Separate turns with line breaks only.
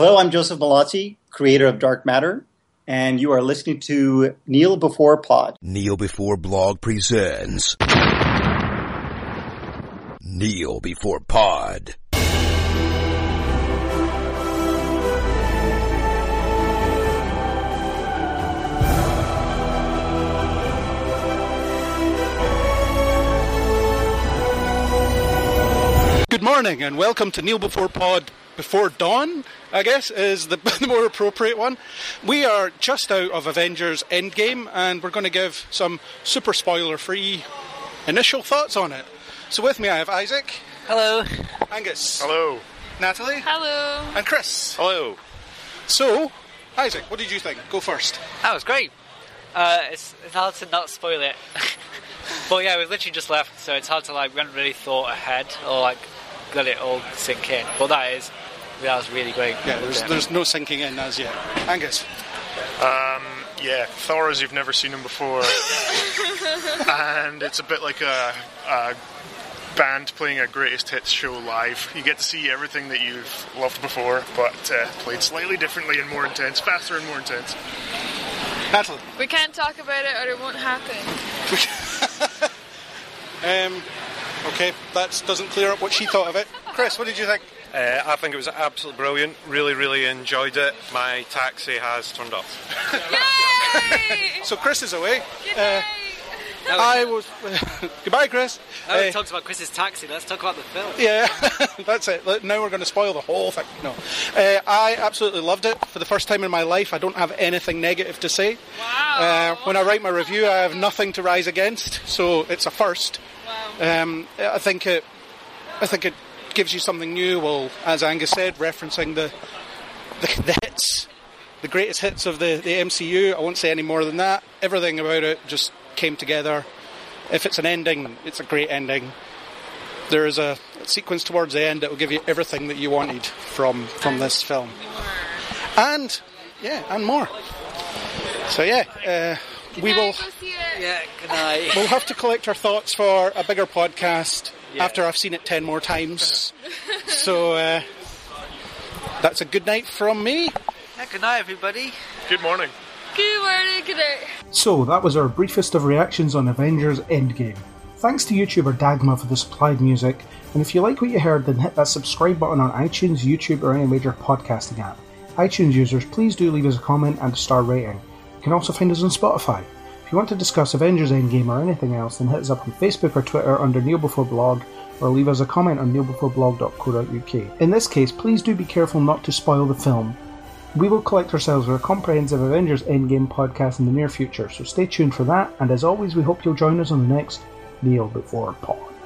Hello, I'm Joseph Malazzi, creator of Dark Matter, and you are listening to Neil Before Pod.
Neil Before Blog presents Neil Before Pod.
Good morning and welcome to Neil Before Pod Before Dawn, I guess is the, the more appropriate one. We are just out of Avengers Endgame and we're going to give some super spoiler free initial thoughts on it. So with me I have Isaac,
Hello.
Angus,
Hello. Oh.
Natalie,
Hello.
and Chris.
Hello.
So, Isaac, what did you think? Go first.
That was great. Uh, it's, it's hard to not spoil it. but yeah, we've literally just left, so it's hard to like, we haven't really thought ahead or like let it all sink in. But that is, that was really great.
Yeah, there's, there's no sinking in as yet. Angus,
Yeah, Thor as you've never seen him before. and it's a bit like a, a band playing a greatest hits show live. You get to see everything that you've loved before, but uh, played slightly differently and more intense, faster and more intense.
Natalie.
We can't talk about it or it won't happen.
Um, okay, that doesn't clear up what she thought of it. Chris, what did you think?
Uh, I think it was absolutely brilliant. Really, really enjoyed it. My taxi has turned up.
Yay!
So Chris is away.
Good
Uh,
night.
I was. Goodbye, Chris.
Oh, we
Uh,
talked about Chris's taxi. Let's talk about the film.
yeah, that's it. Look, Now we're going to spoil the whole thing. No, uh, I absolutely loved it. For the first time in my life, I don't have anything negative to say.
Wow.
Uh, when I write my review, I have nothing to rise against, so it's a first. Wow. Um, I think it. I think it gives you something new. Well, as Angus said, referencing the the, the hits, the greatest hits of the, the MCU. I won't say any more than that. Everything about it just came together. If it's an ending, it's a great ending. There is a sequence towards the end that will give you everything that you wanted from from this film, and yeah, and more. So yeah, uh, we
Can I
will
go see it?
Yeah, good night.
we'll have to collect our thoughts for a bigger podcast
Yeah.
after I've seen it ten more times. so uh, that's a good night from me.
yeah, good night, everybody.
Good morning.
Good morning, good night.
So that was our briefest of reactions on Avengers Endgame. Thanks to YouTuber Dagma for the supplied music, and if you like what you heard, then hit that subscribe button on iTunes, YouTube, or any major podcasting app. iTunes users, please do leave us a comment and a star rating. You can also find us on Spotify. If you want to discuss Avengers Endgame or anything else, then hit us up on Facebook or Twitter under Neil Before Blog, or leave us a comment on neilbeforeblog.co.uk. In this case, please do be careful not to spoil the film. We will collect ourselves with a comprehensive Avengers Endgame podcast in the near future, so stay tuned for that. And as always, we hope you'll join us on the next Neil Before Pod.